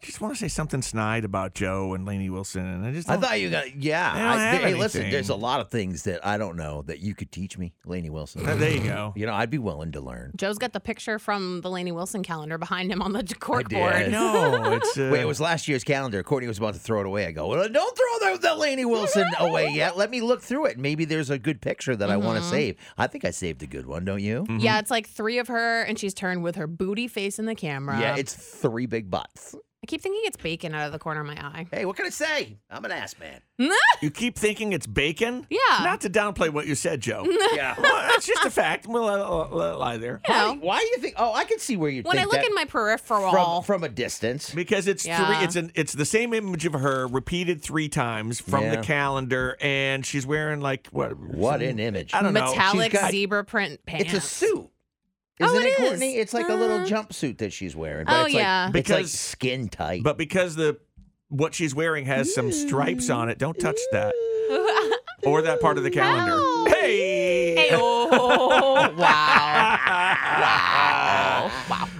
just want to say something snide about Joe and Laney Wilson, and I just I don't- thought you got yeah. They don't I, have hey, listen, anything. there's a lot of things that I don't know that you could teach me, Laney Wilson. Uh, there you go. You know, I'd be willing to learn. Joe's got the picture from the Laney Wilson calendar behind him on the cork did. Mm-hmm. board. No, it's uh, Wait, it was last year's calendar. Courtney was about to throw it away. I go, well, don't throw that, that Laney Wilson away yet. Let me look through it. Maybe there's a good picture that I want Mm-hmm. to save. I think I saved a good one, don't you? Mm, Yeah, it's like three of her, and she's turned with her booty face in the camera. Yeah, it's three big butts. I keep thinking it's bacon out of the corner of my eye. Hey, what can I say? I'm an ass man. you keep thinking it's bacon. Yeah. Not to downplay what you said, Joe. Yeah. well, that's just a fact. We'll let, let, let it lie there. You know, Why do you think? Oh, I can see where you when I think look that in my peripheral, from, from a distance. Because it's Yeah. three, it's an, it's the same image of her repeated three times from Yeah. the calendar, and she's wearing like what? What an image. I don't know. metallic She's got- zebra print pants. It's a suit. Oh, Isn't it is. Courtney? It's like a little Uh, jumpsuit that she's wearing. oh, it's yeah. Like, it's like Because- skin tight. But because the what she's wearing has some stripes on it, don't touch that or that part of the calendar. Ow. Hey. Hey, oh, wow. wow. Wow.